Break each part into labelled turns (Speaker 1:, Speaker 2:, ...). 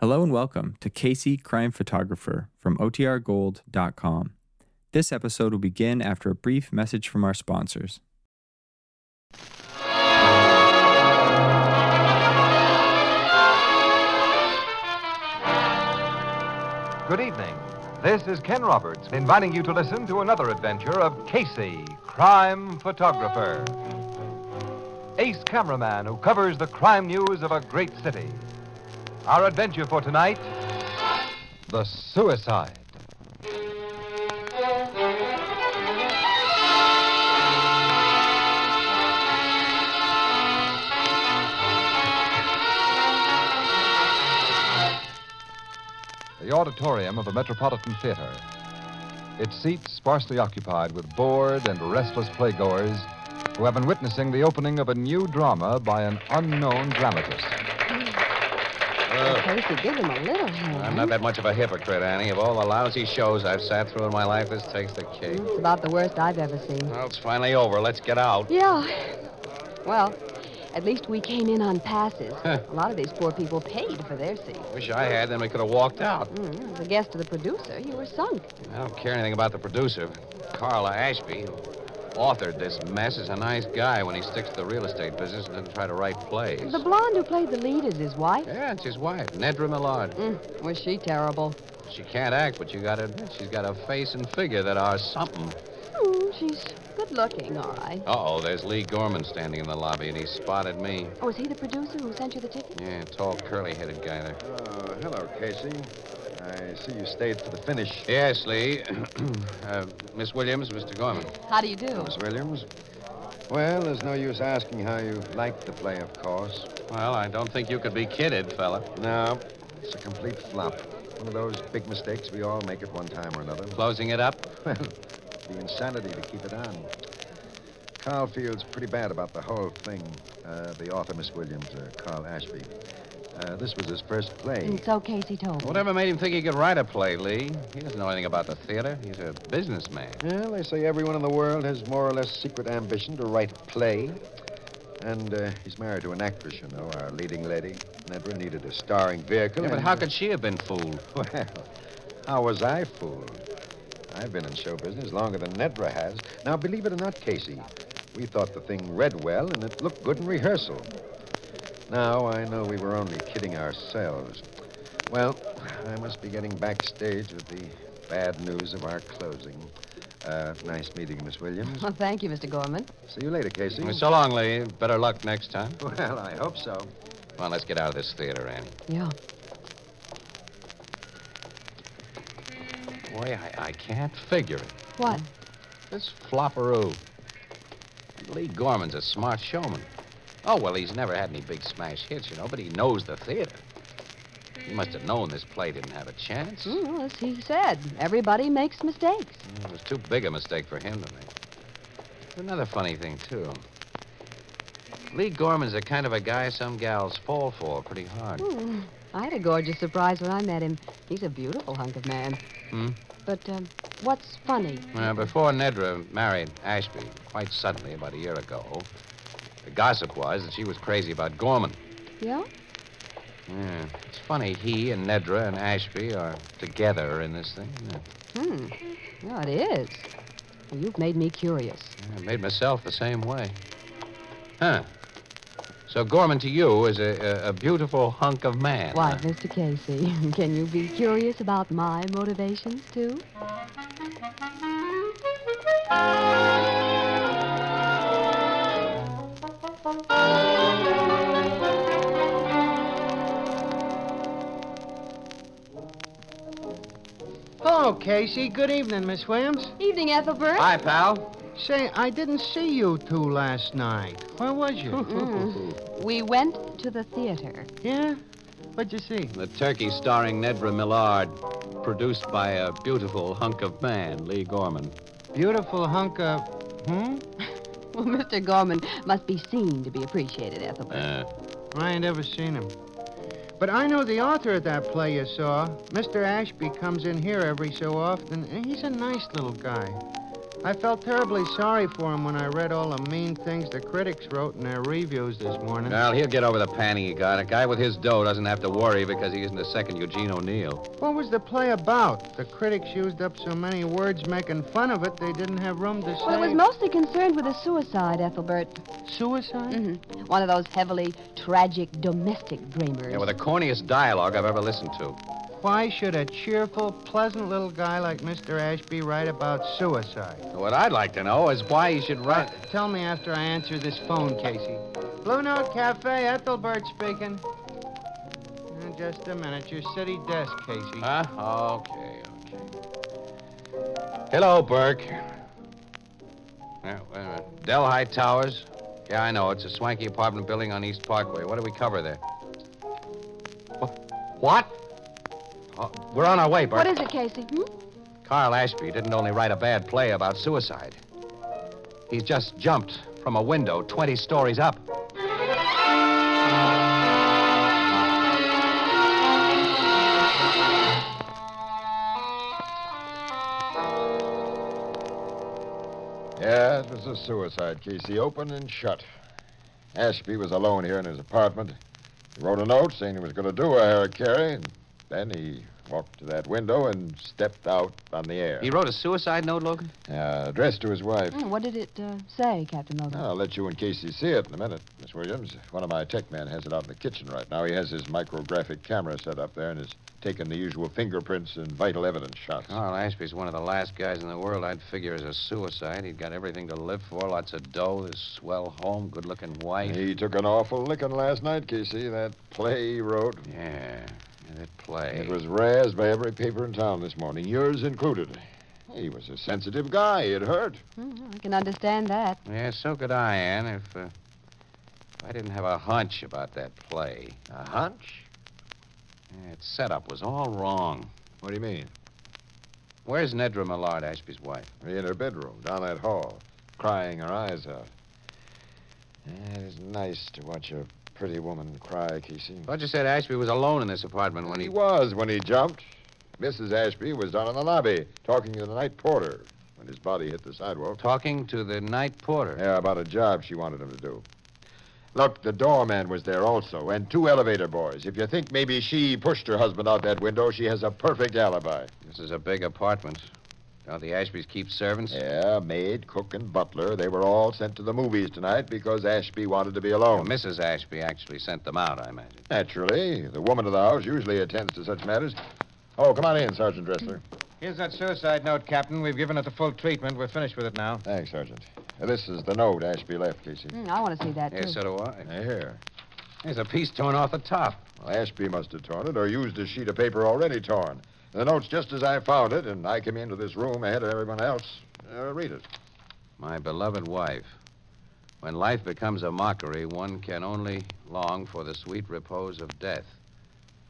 Speaker 1: Hello and welcome to Casey Crime Photographer from OTRGold.com. This episode will begin after a brief message from our sponsors.
Speaker 2: Good evening. This is Ken Roberts inviting you to listen to another adventure of Casey, crime photographer. Ace cameraman who covers the crime news of a great city. Our adventure for tonight the suicide. the auditorium of the Metropolitan Theater. Its seats sparsely occupied with bored and restless playgoers who have been witnessing the opening of a new drama by an unknown dramatist.
Speaker 3: At least you give him a little hand.
Speaker 4: I'm not that much of a hypocrite, Annie. Of all the lousy shows I've sat through in my life, this takes the cake.
Speaker 3: It's about the worst I've ever seen.
Speaker 4: Well, it's finally over. Let's get out.
Speaker 3: Yeah. Well, at least we came in on passes. a lot of these poor people paid for their seats.
Speaker 4: Wish I had, then we could have walked out.
Speaker 3: Mm, as a guest of the producer, you were sunk.
Speaker 4: I don't care anything about the producer. Carla Ashby, who authored this mess, is a nice guy when he sticks to the real estate business and doesn't try to write plays.
Speaker 3: The blonde who played the lead is his wife.
Speaker 4: Yeah, it's his wife, Nedra Millard.
Speaker 3: Mm, was she terrible?
Speaker 4: She can't act, but you gotta admit she's got a face and figure that are something.
Speaker 3: Mm, she's good looking, all right.
Speaker 4: Uh-oh, there's Lee Gorman standing in the lobby, and he spotted me.
Speaker 3: Oh, is he the producer who sent you the ticket?
Speaker 4: Yeah, tall, curly-headed guy there.
Speaker 5: Oh, hello, Casey. I see you stayed for the finish,
Speaker 4: Yes, Lee. uh, Miss Williams, Mr. Gorman.
Speaker 3: How do you do?
Speaker 5: Miss Williams. Well, there's no use asking how you liked the play, of course.
Speaker 4: Well, I don't think you could be kidded, fella.
Speaker 5: No, it's a complete flop. One of those big mistakes we all make at one time or another.
Speaker 4: Closing it up?
Speaker 5: Well, the insanity to keep it on. Carl feels pretty bad about the whole thing. Uh, the author, Miss Williams, uh, Carl Ashby. Uh, this was his first play.
Speaker 3: And so Casey told me.
Speaker 4: Whatever made him think he could write a play, Lee? He doesn't know anything about the theater. He's a businessman.
Speaker 5: Well, they say everyone in the world has more or less secret ambition to write a play. And uh, he's married to an actress, you know, our leading lady. Nedra needed a starring vehicle.
Speaker 4: Yeah, but
Speaker 5: and- uh,
Speaker 4: how could she have been fooled?
Speaker 5: Well, how was I fooled? I've been in show business longer than Nedra has. Now, believe it or not, Casey, we thought the thing read well and it looked good in rehearsal. Now, I know we were only kidding ourselves. Well, I must be getting backstage with the bad news of our closing. Uh, nice meeting, you, Miss Williams.
Speaker 3: Well, thank you, Mr. Gorman.
Speaker 5: See you later, Casey.
Speaker 4: Well, So long, Lee. Better luck next time.
Speaker 5: Well, I hope so.
Speaker 4: Come on, let's get out of this theater, Annie.
Speaker 3: Yeah.
Speaker 4: Boy, I, I can't figure it.
Speaker 3: What?
Speaker 4: This flopperoo. Lee Gorman's a smart showman. Oh, well, he's never had any big smash hits, you know, but he knows the theater. He must have known this play didn't have a chance.
Speaker 3: Mm, well, as he said, everybody makes mistakes.
Speaker 4: It was too big a mistake for him to make. Another funny thing, too. Lee Gorman's the kind of a guy some gals fall for pretty hard.
Speaker 3: Mm, I had a gorgeous surprise when I met him. He's a beautiful hunk of man.
Speaker 4: Hmm?
Speaker 3: But um, what's funny?
Speaker 4: Well, before Nedra married Ashby, quite suddenly, about a year ago, the gossip was that she was crazy about Gorman.
Speaker 3: Yeah?
Speaker 4: Yeah. It's funny, he and Nedra and Ashby are together in this thing. isn't it?
Speaker 3: Hmm. Well, it is. Well, you've made me curious.
Speaker 4: Yeah, I made myself the same way. Huh. So Gorman to you is a, a, a beautiful hunk of man.
Speaker 3: Why,
Speaker 4: huh?
Speaker 3: Mr. Casey, can you be curious about my motivations, too?
Speaker 6: Hello, Casey. Good evening, Miss Williams.
Speaker 3: Evening, Ethelbert.
Speaker 4: Hi, pal.
Speaker 6: Say, I didn't see you two last night. Where was you? Mm-hmm.
Speaker 3: We went to the theater.
Speaker 6: yeah? What'd you see?
Speaker 4: The Turkey starring Nedra Millard, produced by a beautiful hunk of man, Lee Gorman.
Speaker 6: Beautiful hunk of. Hmm?
Speaker 3: Well, Mr. Gorman must be seen to be appreciated, Ethelbert.
Speaker 4: Uh,
Speaker 6: I ain't ever seen him. But I know the author of that play you saw. Mr. Ashby comes in here every so often, and he's a nice little guy. I felt terribly sorry for him when I read all the mean things the critics wrote in their reviews this morning.
Speaker 4: Well, he'll get over the panning he got. A guy with his dough doesn't have to worry because he isn't a second Eugene O'Neill.
Speaker 6: What was the play about? The critics used up so many words making fun of it, they didn't have room to say.
Speaker 3: Well, it was mostly concerned with a suicide, Ethelbert.
Speaker 6: suicide.
Speaker 3: Mm-hmm. One of those heavily tragic domestic dreamers.
Speaker 4: Yeah, with the corniest dialogue I've ever listened to.
Speaker 6: Why should a cheerful, pleasant little guy like Mr. Ashby write about suicide?
Speaker 4: What I'd like to know is why he should write.
Speaker 6: Tell me after I answer this phone, Casey. Blue Note Cafe, Ethelbert speaking. Uh, Just a minute. Your city desk, Casey.
Speaker 4: Huh? Uh, Okay, okay. Hello, Burke. Yeah, wait a minute. Delhi Towers? Yeah, I know. It's a swanky apartment building on East Parkway. What do we cover there? Wha- What? Oh, we're on our way, Burke.
Speaker 3: What is it, Casey? Hmm?
Speaker 4: Carl Ashby didn't only write a bad play about suicide. He's just jumped from a window 20 stories up.
Speaker 5: Yeah, it was a suicide, Casey. Open and shut. Ashby was alone here in his apartment. He wrote a note saying he was going to do a Harakiri, and then he walked to that window and stepped out on the air.
Speaker 4: He wrote a suicide note, Logan?
Speaker 5: Uh, addressed to his wife.
Speaker 3: Hmm, What did it uh, say, Captain Logan?
Speaker 5: I'll let you and Casey see it in a minute, Miss Williams. One of my tech men has it out in the kitchen right now. He has his micrographic camera set up there and is taking the usual fingerprints and vital evidence shots.
Speaker 4: Carl Oh, Ashby's one of the last guys in the world I'd figure is a suicide. He'd got everything to live for lots of dough, this swell home, good looking wife.
Speaker 5: He took an awful licking last night, Casey. That play he wrote.
Speaker 4: Yeah, yeah, that play.
Speaker 5: It was razzed by every paper in town this morning, yours included. He was a sensitive guy. It hurt.
Speaker 3: Hmm, I can understand that.
Speaker 4: Yeah, so could I, Ann, if, uh, if I didn't have a hunch about that play.
Speaker 5: A hunch?
Speaker 4: Yeah, its setup was all wrong.
Speaker 5: What do you mean?
Speaker 4: Where's Nedra Millard, Ashby's wife?
Speaker 5: In her bedroom, down that hall, crying her eyes out. Eh, It is nice to watch a pretty woman cry, Casey.
Speaker 4: Thought you said Ashby was alone in this apartment when
Speaker 5: He
Speaker 4: he.
Speaker 5: was when he jumped. Mrs. Ashby was down in the lobby talking to the night porter when his body hit the sidewalk.
Speaker 4: Talking to the night porter.
Speaker 5: Yeah, about a job she wanted him to do. Look, the doorman was there also, and two elevator boys. If you think maybe she pushed her husband out that window, she has a perfect alibi.
Speaker 4: This is a big apartment. Don't the Ashbys keep servants?
Speaker 5: Yeah, maid, cook, and butler, they were all sent to the movies tonight because Ashby wanted to be
Speaker 4: Well,
Speaker 5: alone.
Speaker 4: Mrs. Ashby actually sent them out, I imagine.
Speaker 5: Naturally, the woman of the house usually attends to such matters. Oh, come on in, Sergeant Dressler.
Speaker 2: Here's that suicide note, Captain. We've given it the full treatment. We're finished with it now.
Speaker 5: Thanks, Sergeant. Uh, This is the note Ashby left, Casey.
Speaker 3: Hmm, I want to see that,
Speaker 4: Yeah,
Speaker 3: too.
Speaker 4: so do I.
Speaker 5: Now, Here.
Speaker 4: There's a piece torn off the top.
Speaker 5: Well, Ashby must have torn it or used a sheet of paper already torn. The note's just as I found it, and I came into this room ahead of everyone else. Uh, read it.
Speaker 4: My beloved wife. When life becomes a mockery, one can only long for the sweet repose of death.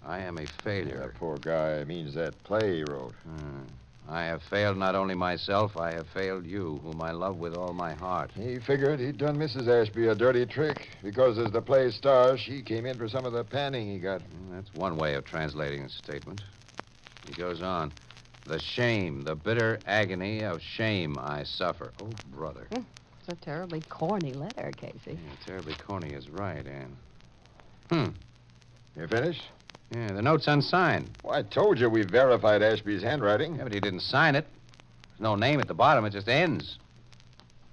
Speaker 4: I am a failure.
Speaker 5: That poor guy means that play he wrote.
Speaker 4: Hmm. I have failed not only myself, I have failed you, whom I love with all my heart.
Speaker 5: He figured he'd done Mrs. Ashby a dirty trick because, as the play star, she came in for some of the panning he got.
Speaker 4: Well, Hmm, That's one way of translating the statement. He goes on. The shame, the bitter agony of shame I suffer. Oh, brother.
Speaker 3: It's a terribly corny letter, Casey.
Speaker 4: Yeah, terribly corny is right, Ann. Hmm.
Speaker 5: You finished?
Speaker 4: Yeah, the note's unsigned.
Speaker 5: Well, I told you we verified Ashby's handwriting.
Speaker 4: Yeah, but he didn't sign it. There's no name at the bottom. It just ends.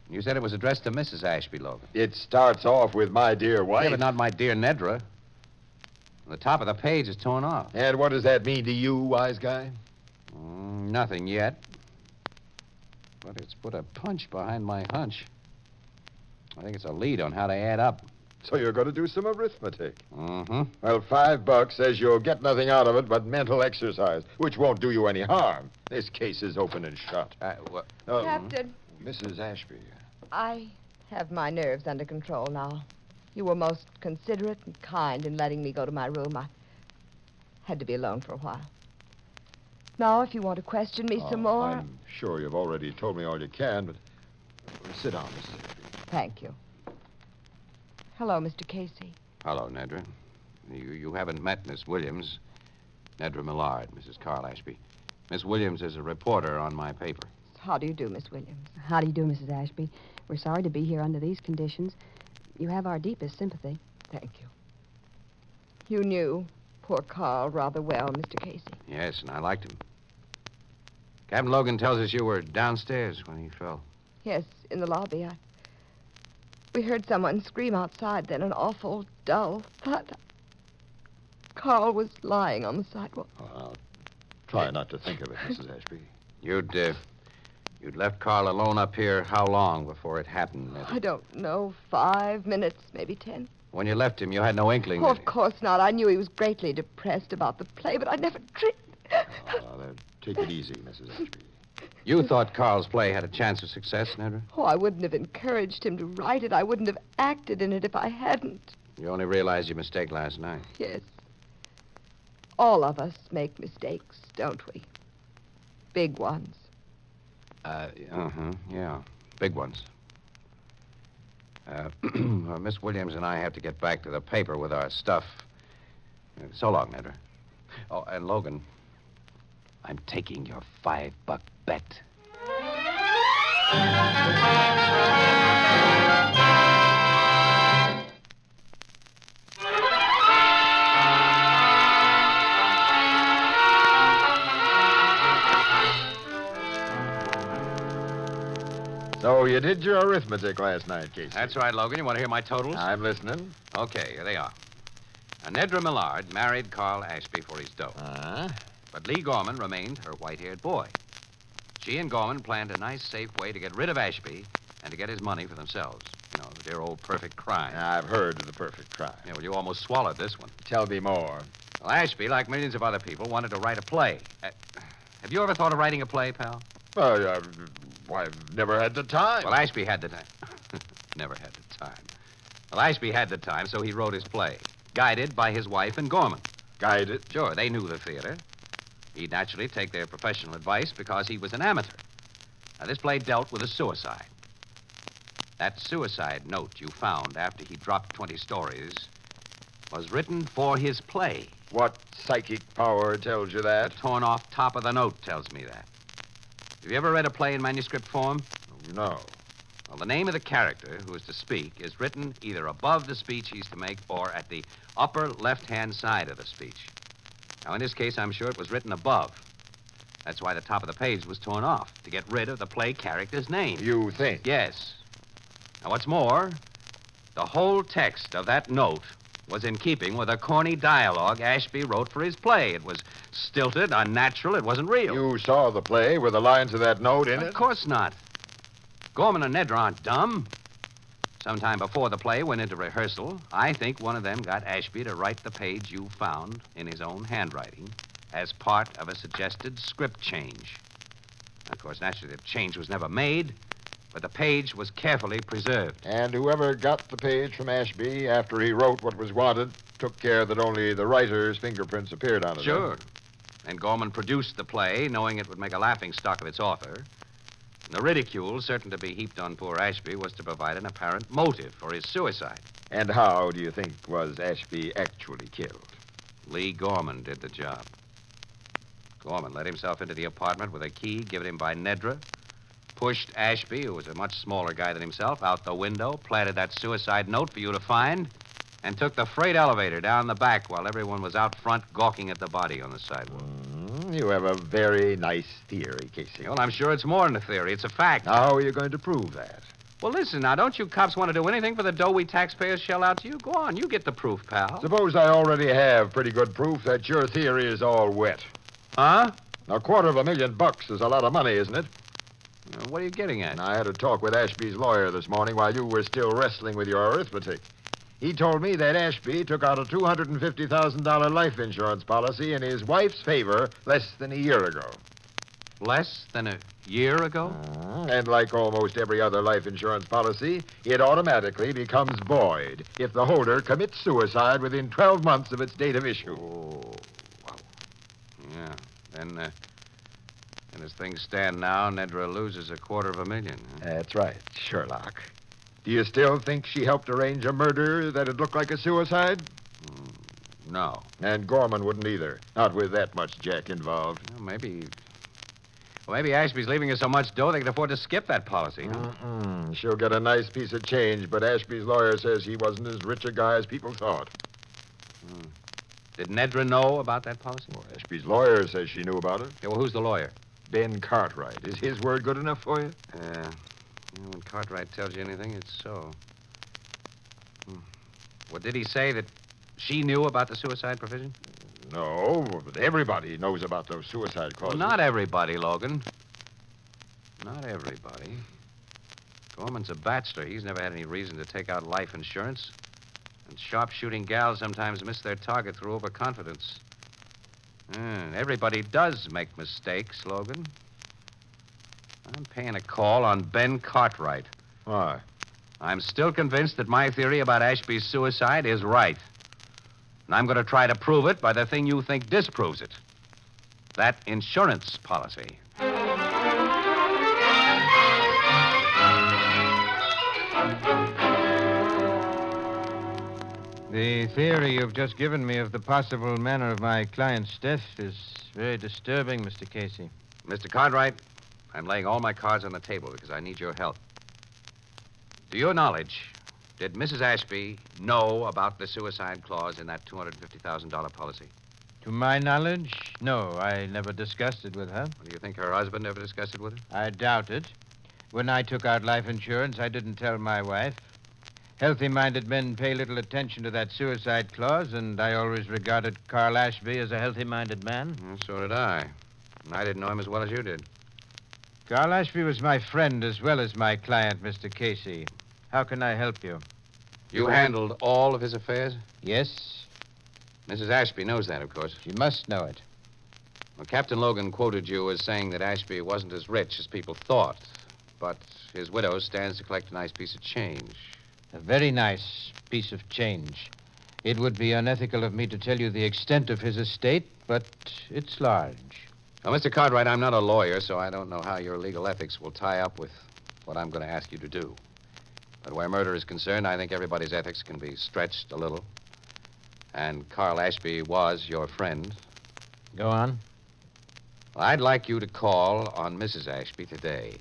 Speaker 4: You said it was addressed to Mrs. Ashby, Logan.
Speaker 5: It starts off with my dear
Speaker 4: Yeah,
Speaker 5: wife.
Speaker 4: but not my dear Nedra. The top of the page is torn off.
Speaker 5: And what does that mean to you, wise guy?
Speaker 4: Mm, nothing yet. But it's put a punch behind my hunch. I think it's a lead on how to add up.
Speaker 5: So you're going to do some arithmetic.
Speaker 4: Mm-hmm.
Speaker 5: Well, five bucks says you'll get nothing out of it but mental exercise, which won't do you any harm. This case is open and shut.
Speaker 4: Uh, well,
Speaker 5: Oh,
Speaker 3: Captain,
Speaker 5: Mrs. Ashby.
Speaker 3: I have my nerves under control now. You were most considerate and kind in letting me go to my room. I had to be alone for a while. Now, if you want to question me some
Speaker 5: Oh,
Speaker 3: more,
Speaker 5: I'm sure you've already told me all you can, but sit down, Mrs. Ashby.
Speaker 3: thank you. Hello, Mr. Casey.
Speaker 4: hello, Nedra. You, you haven't met Miss Williams. Nedra Millard, Mrs. Carl Ashby. Miss Williams is a reporter on my paper.
Speaker 3: It's How do you do, Miss Williams?
Speaker 7: How do you do, Mrs. Ashby? We're sorry to be here under these conditions. You have our deepest sympathy.
Speaker 3: Thank you. You knew poor Carl rather well, Mr. Casey.
Speaker 4: Yes, and I liked him. Captain Logan tells us you were downstairs when he fell.
Speaker 3: Yes, in the lobby. I. We heard someone scream outside, then an awful, dull thud. Carl was lying on the sidewalk.
Speaker 5: Oh, I'll try not to think of it, Mrs. Ashby.
Speaker 4: You'd, uh, you'd left Carl alone up here how long before it happened? That
Speaker 3: I don't know, five minutes, maybe ten.
Speaker 4: When you left him, you had no inkling.
Speaker 3: Oh,
Speaker 4: that
Speaker 3: of course not. I knew he was greatly depressed about the play, but I never dreamed.
Speaker 5: Oh, now, take it easy, Mrs. Ashby.
Speaker 4: You thought Carl's play had a chance of success, Nedra.
Speaker 3: Oh, I wouldn't have encouraged him to write it. I wouldn't have acted in it if I hadn't.
Speaker 4: You only realized your mistake last night.
Speaker 3: Yes. All of us make mistakes, don't we? Big ones.
Speaker 4: Uh, uh-huh, yeah. Big ones. Uh, well, Miss Williams and I have to get back to the paper with our stuff. Uh, So long, Nedra. Oh, and Logan, I'm taking your five-buck bet.
Speaker 5: So you did your arithmetic last night, Casey.
Speaker 4: That's right, Logan. You want to hear my totals?
Speaker 5: I'm listening.
Speaker 4: Okay, here they are. Uh, Nedra Millard married Carl Ashby for his dough,
Speaker 5: Uh-huh.
Speaker 4: but Lee Gorman remained her white-haired boy. She and Gorman planned a nice, safe way to get rid of Ashby and to get his money for themselves. You know, the dear old perfect crime.
Speaker 5: I've heard of the perfect crime.
Speaker 4: Yeah, well, you almost swallowed this one.
Speaker 5: Tell me more.
Speaker 4: Well, Ashby, like millions of other people, wanted to write a play. Uh, have you ever thought of writing a play, pal?
Speaker 5: Well, I've, I've never had the time.
Speaker 4: Well, Ashby had the time. Never had the time. Well, Ashby had the time, so he wrote his play, guided by his wife and Gorman.
Speaker 5: guided.
Speaker 4: Sure, they knew the theater. He'd naturally take their professional advice because he was an amateur. Now, this play dealt with a suicide. That suicide note you found after he dropped 20 stories was written for his play.
Speaker 5: What psychic power tells you
Speaker 4: The
Speaker 5: that?
Speaker 4: torn off top of the note tells me that. Have you ever read a play in manuscript form?
Speaker 5: No.
Speaker 4: Well, the name of the character who is to speak is written either above the speech he's to make or at the upper left hand side of the speech. Now, in this case, I'm sure it was written above. That's why the top of the page was torn off, to get rid of the play character's name.
Speaker 5: You think?
Speaker 4: Yes. Now, what's more, the whole text of that note was in keeping with a corny dialogue Ashby wrote for his play. It was stilted, unnatural, it wasn't real.
Speaker 5: You saw the play with the lines of that note in
Speaker 4: Of
Speaker 5: it?
Speaker 4: course not. Gorman and Nedra aren't dumb. Sometime before the play went into rehearsal, I think one of them got Ashby to write the page you found in his own handwriting as part of a suggested script change. Of course, naturally, the change was never made, but the page was carefully preserved.
Speaker 5: And whoever got the page from Ashby after he wrote what was wanted took care that only the writer's fingerprints appeared on it. huh?
Speaker 4: Sure. And Gorman produced the play, knowing it would make a laughing stock of its author. And the ridicule certain to be heaped on poor Ashby was to provide an apparent motive for his suicide.
Speaker 5: And how do you think was Ashby actually killed?
Speaker 4: Lee Gorman did the job. Gorman let himself into the apartment with a key given him by Nedra, pushed Ashby, who was a much smaller guy than himself, out the window, planted that suicide note for you to find, and took the freight elevator down the back while everyone was out front gawking at the body on the sidewalk.
Speaker 5: Mm, you have a very nice theory, Casey.
Speaker 4: Well, I'm sure it's more than a theory. It's a fact.
Speaker 5: How are you going to prove that?
Speaker 4: Well, listen now. Don't you cops want to do anything for the dough we taxpayers shell out to you? Go on. You get the proof, pal.
Speaker 5: Suppose I already have pretty good proof that your theory is all wet.
Speaker 4: Huh?
Speaker 5: A quarter of a million bucks is a lot of money, isn't it?
Speaker 4: Uh, What are you getting at?
Speaker 5: And I had a talk with Ashby's lawyer this morning while you were still wrestling with your arithmetic. He told me that Ashby took out a $250,000 life insurance policy in his wife's favor less than a year ago.
Speaker 4: Less than a year ago?
Speaker 5: Uh, And like almost every other life insurance policy, it automatically becomes void if the holder commits suicide within 12 months of its date of issue.
Speaker 4: Oh, wow. Yeah. Then, uh, and as things stand now, Nedra loses a quarter of a million. huh?
Speaker 5: That's right, Sherlock. Do you still think she helped arrange a murder that'd look like a suicide?
Speaker 4: No.
Speaker 5: And Gorman wouldn't either. Not with that much Jack involved.
Speaker 4: Well, maybe. Well, maybe Ashby's leaving us so much dough they can afford to skip that policy.
Speaker 8: Mm-mm. Hmm, She'll get a nice piece of change, but Ashby's lawyer says he wasn't as rich a guy as people thought.
Speaker 4: Did Nedra know about that policy?
Speaker 8: Ashby's lawyer says she knew about it.
Speaker 4: Yeah, well, who's the lawyer?
Speaker 8: Ben Cartwright. Is his word good enough for you?
Speaker 4: Yeah. yeah when Uh, Cartwright tells you anything, it's so. Hmm. What did he say that she knew about the suicide provision?
Speaker 8: No, but everybody knows about those suicide
Speaker 4: Well,
Speaker 8: causes.
Speaker 4: not everybody, Logan. Not everybody. Gorman's a bachelor. He's never had any reason to take out life insurance. And sharpshooting gals sometimes miss their target through overconfidence. Hmm, everybody does make mistakes, Logan. I'm paying a call on Ben Cartwright.
Speaker 8: Why?
Speaker 4: I'm still convinced that my theory about Ashby's suicide is right. And I'm going to try to prove it by the thing you think disproves it that insurance policy.
Speaker 6: The theory you've just given me of the possible manner of my client's death is very disturbing, Mr. Casey.
Speaker 4: Mr. Cartwright, I'm laying all my cards on the table because I need your help. To your knowledge, did Mrs. Ashby know about the suicide clause in that $250,000 policy?
Speaker 6: To my knowledge, no, I never discussed it with her.
Speaker 4: Do you think her husband ever discussed it with her?
Speaker 6: I doubt it. When I took out life insurance, I didn't tell my wife. Healthy minded men pay little attention to that suicide clause, and I always regarded Carl Ashby as a healthy minded man.
Speaker 4: Well, so did I. And I didn't know him as well as you did.
Speaker 6: Carl Ashby was my friend as well as my client, Mr. Casey. How can I help you?
Speaker 4: You handled all of his affairs?
Speaker 6: Yes,
Speaker 4: Mrs. Ashby knows that, of course.
Speaker 6: you must know it.
Speaker 4: Well, Captain Logan quoted you as saying that Ashby wasn't as rich as people thought, but his widow stands to collect a nice piece of change.
Speaker 6: A very nice piece of change. It would be unethical of me to tell you the extent of his estate, but it's large.
Speaker 4: Now, Mr. Cartwright, I'm not a lawyer, so I don't know how your legal ethics will tie up with what I'm going to ask you to do. But where murder is concerned, I think everybody's ethics can be stretched a little. And Carl Ashby was your friend.
Speaker 6: Go on.
Speaker 4: I'd like you to call on Mrs. Ashby today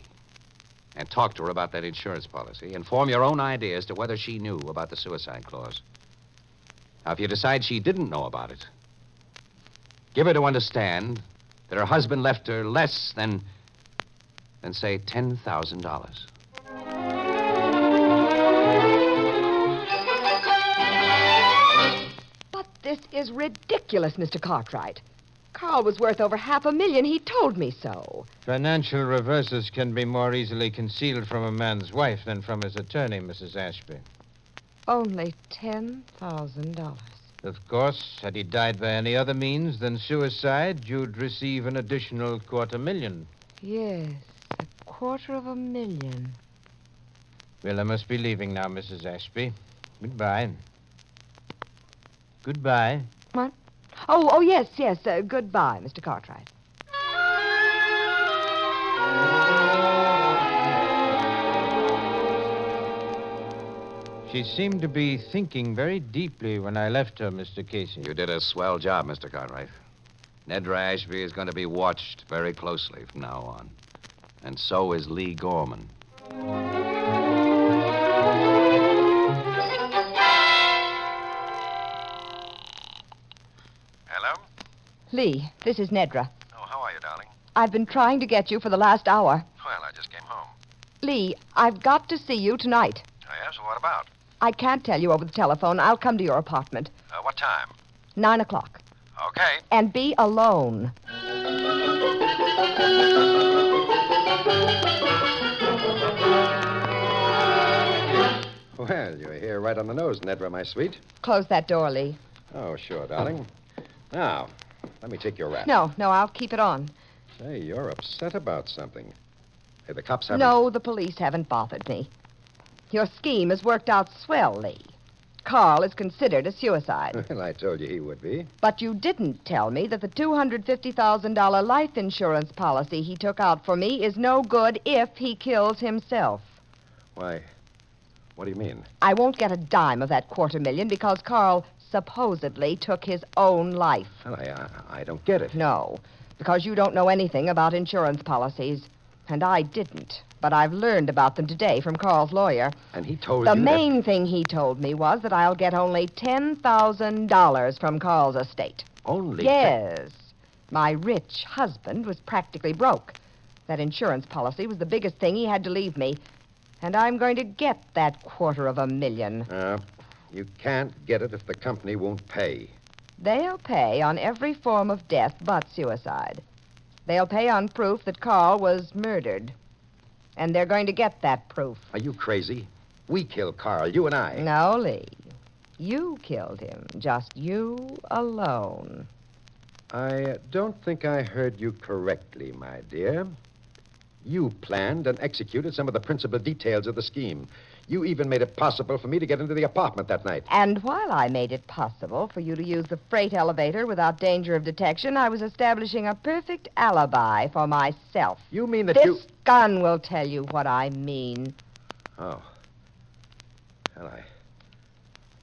Speaker 4: and talk to her about that insurance policy and form your own idea as to whether she knew about the suicide clause. Now, if you decide she didn't know about it, give her to understand that her husband left her less than, than say, $10,000.
Speaker 3: But this is ridiculous, Mr. Cartwright. Carl was worth over half a million. He told me so.
Speaker 6: Financial reverses can be more easily concealed from a man's wife than from his attorney, Mrs. Ashby.
Speaker 3: Only $10,000.
Speaker 6: Of course, had he died by any other means than suicide, you'd receive an additional quarter million.
Speaker 3: Yes, a quarter of a million.
Speaker 6: Well, I must be leaving now, Mrs. Ashby. Goodbye. Goodbye.
Speaker 3: Oh, oh, yes, yes. Uh, goodbye, Mr. Cartwright.
Speaker 6: She seemed to be thinking very deeply when I left her, Mr. Casey.
Speaker 4: You did a swell job, Mr. Cartwright. Nedra Ashby is going to be watched very closely from now on. And so is Lee Gorman.
Speaker 8: Hello?
Speaker 3: Lee, this is Nedra.
Speaker 8: Oh, how are you, darling?
Speaker 3: I've been trying to get you for the last hour.
Speaker 8: Well, I just came home.
Speaker 3: Lee, I've got to see you tonight.
Speaker 8: I asked, what about?
Speaker 3: I can't tell you over the telephone. I'll come to your apartment.
Speaker 8: Uh, what time?
Speaker 3: Nine o'clock.
Speaker 8: Okay.
Speaker 3: And be alone.
Speaker 5: Well, you're here right on the nose, Nedra, my sweet.
Speaker 3: Close that door, Lee.
Speaker 5: Oh, sure, darling. Now, let me take your wrap.
Speaker 3: No, no, I'll keep it on.
Speaker 5: Say, you're upset about something. Hey, the cops haven't.
Speaker 3: No, the police haven't bothered me. Your scheme has worked out swell, Lee. Carl is considered a suicide.
Speaker 5: Well, I told you he would be.
Speaker 3: But you didn't tell me that the $250,000 life insurance policy he took out for me is no good if he kills himself.
Speaker 5: Why? What do you mean?
Speaker 3: I won't get a dime of that quarter million because Carl supposedly took his own life.
Speaker 5: Well, I, I, I don't get it.
Speaker 3: No. because you don't know anything about insurance policies. And I didn't, but I've learned about them today from Carl's lawyer.
Speaker 9: And he told
Speaker 3: The
Speaker 9: you.
Speaker 3: main thing he told me was that I'll get only $10,000 from Carl's estate.
Speaker 9: That only.
Speaker 3: Yes. My rich husband was practically broke. That insurance policy was the biggest thing he had to leave me. And I'm going to get that quarter of a million.
Speaker 4: Uh, you can't get it if the company won't pay.
Speaker 3: They'll pay on every form of death but suicide. They'll pay on proof that Carl was murdered. And they're going to get that proof.
Speaker 4: Are you crazy? We killed Carl, you and I.
Speaker 3: No, Lee. You killed him. Just you alone.
Speaker 4: I uh, don't think I heard you correctly, my dear. You planned and executed some of the principal details of the scheme. You even made it possible for me to get into the apartment that night.
Speaker 3: And while I made it possible for you to use the freight elevator without danger of detection, I was establishing a perfect alibi for myself.
Speaker 4: You mean that
Speaker 3: this
Speaker 4: you.
Speaker 3: gun will tell you what I mean.
Speaker 4: Oh. Well, I.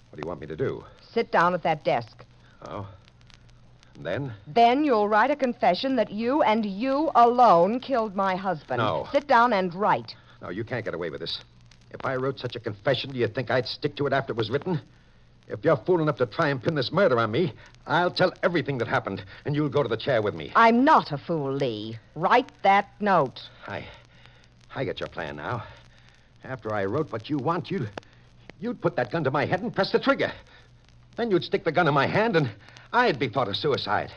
Speaker 4: What do you want me to do?
Speaker 3: Sit down at that desk.
Speaker 4: Oh. And then?
Speaker 3: Then you'll write a confession that you and you alone killed my husband.
Speaker 4: No.
Speaker 3: Sit down and write.
Speaker 4: No, you can't get away with this. If I wrote such a confession, do you think I'd stick to it after it was written? If you're fool enough to try and pin this murder on me, I'll tell everything that happened, and you'll go to the chair with me.
Speaker 3: I'm not a fool, Lee. Write that note.
Speaker 4: I, I get your plan now. After I wrote what you want, you'd, you'd put that gun to my head and press the trigger. Then you'd stick the gun in my hand, and I'd be thought of suicide.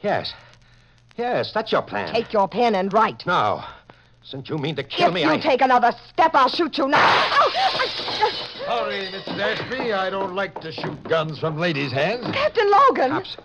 Speaker 4: Yes, yes, that's your plan.
Speaker 3: Take your pen and write.
Speaker 4: Now, since you mean to kill
Speaker 3: if
Speaker 4: me,
Speaker 3: you
Speaker 4: I
Speaker 3: take another step, I'll shoot you now. Ow!
Speaker 5: Sorry, Mrs. Ashby. I don't like to shoot guns from ladies' hands.
Speaker 3: Captain Logan.
Speaker 4: Cops,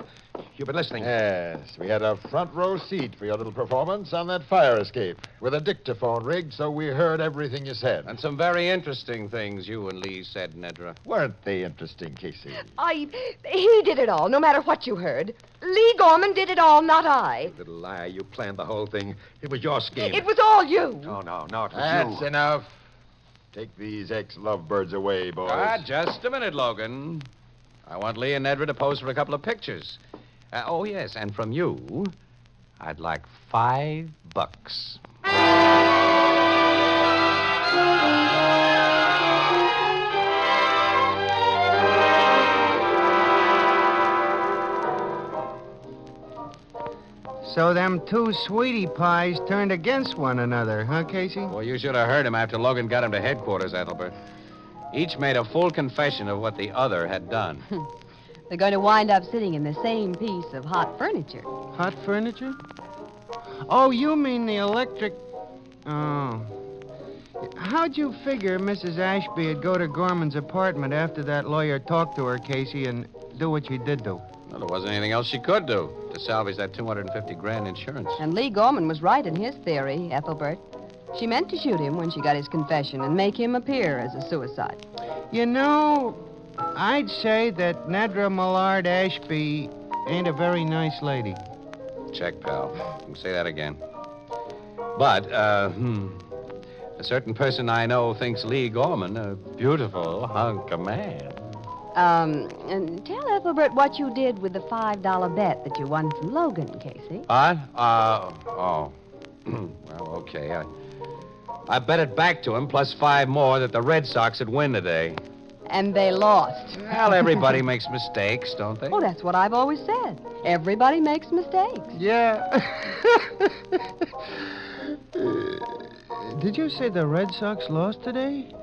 Speaker 4: you've been listening.
Speaker 5: Yes, we had a front row seat for your little performance on that fire escape with a dictaphone rigged so we heard everything you said.
Speaker 9: And some very interesting things you and Lee said, Nedra.
Speaker 5: Weren't they interesting, Casey?
Speaker 3: I. He did it all, no matter what you heard. Lee Gorman did it all, not I.
Speaker 4: Little liar, you planned the whole thing. It was your scheme.
Speaker 3: It was all you.
Speaker 4: No, no, no, it was
Speaker 5: That's
Speaker 4: you.
Speaker 5: enough. Take these ex lovebirds away, boys.
Speaker 9: Ah, just a minute, Logan. I want Lee and Edward to pose for a couple of pictures. Uh, oh, yes, and from you, I'd like five bucks.
Speaker 6: So them two sweetie pies turned against one another, huh, Casey?
Speaker 9: Well, you should have heard him after Logan got him to headquarters, Ethelbert. Each made a full confession of what the other had done.
Speaker 10: They're going to wind up sitting in the same piece of hot furniture.
Speaker 6: Hot furniture? Oh, you mean the electric. Oh. How'd you figure Mrs. Ashby'd go to Gorman's apartment after that lawyer talked to her, Casey, and do what she did do?
Speaker 9: Well, there wasn't anything else she could do to salvage that 250 grand insurance.
Speaker 10: And Lee Gorman was right in his theory, Ethelbert. She meant to shoot him when she got his confession and make him appear as a suicide.
Speaker 6: You know, I'd say that Nedra Millard Ashby ain't a very nice lady.
Speaker 9: Check, pal. You can say that again. But, uh, hmm. A certain person I know thinks Lee Gorman a beautiful hunk of man.
Speaker 10: Um, and tell Ethelbert what you did with the $5 bet that you won from Logan, Casey.
Speaker 9: What? Uh, oh. well, okay. I, I bet it back to him, plus five more, that the Red Sox would win today.
Speaker 10: And they lost.
Speaker 9: Well, everybody makes mistakes, don't they?
Speaker 10: Oh, that's what I've always said. Everybody makes mistakes.
Speaker 6: Yeah. Did you say the Red Sox lost today?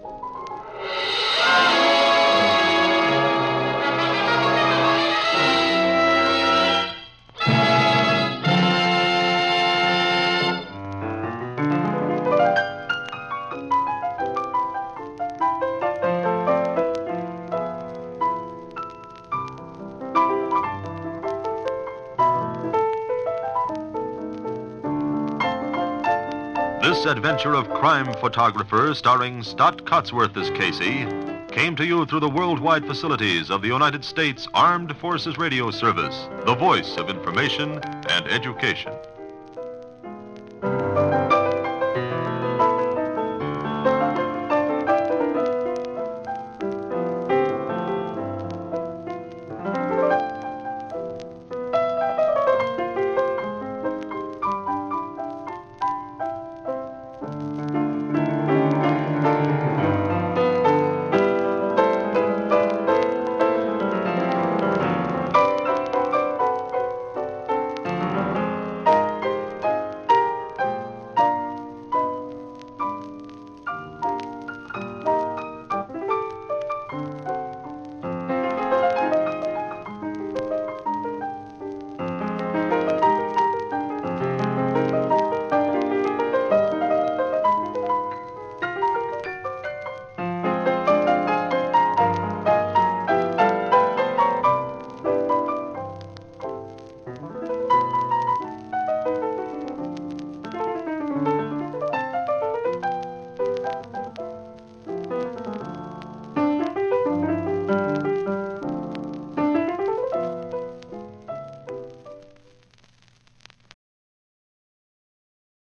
Speaker 11: This adventure of crime photographer, starring Stott Cotsworth as Casey, came to you through the worldwide facilities of the United States Armed Forces Radio Service, the voice of information and education.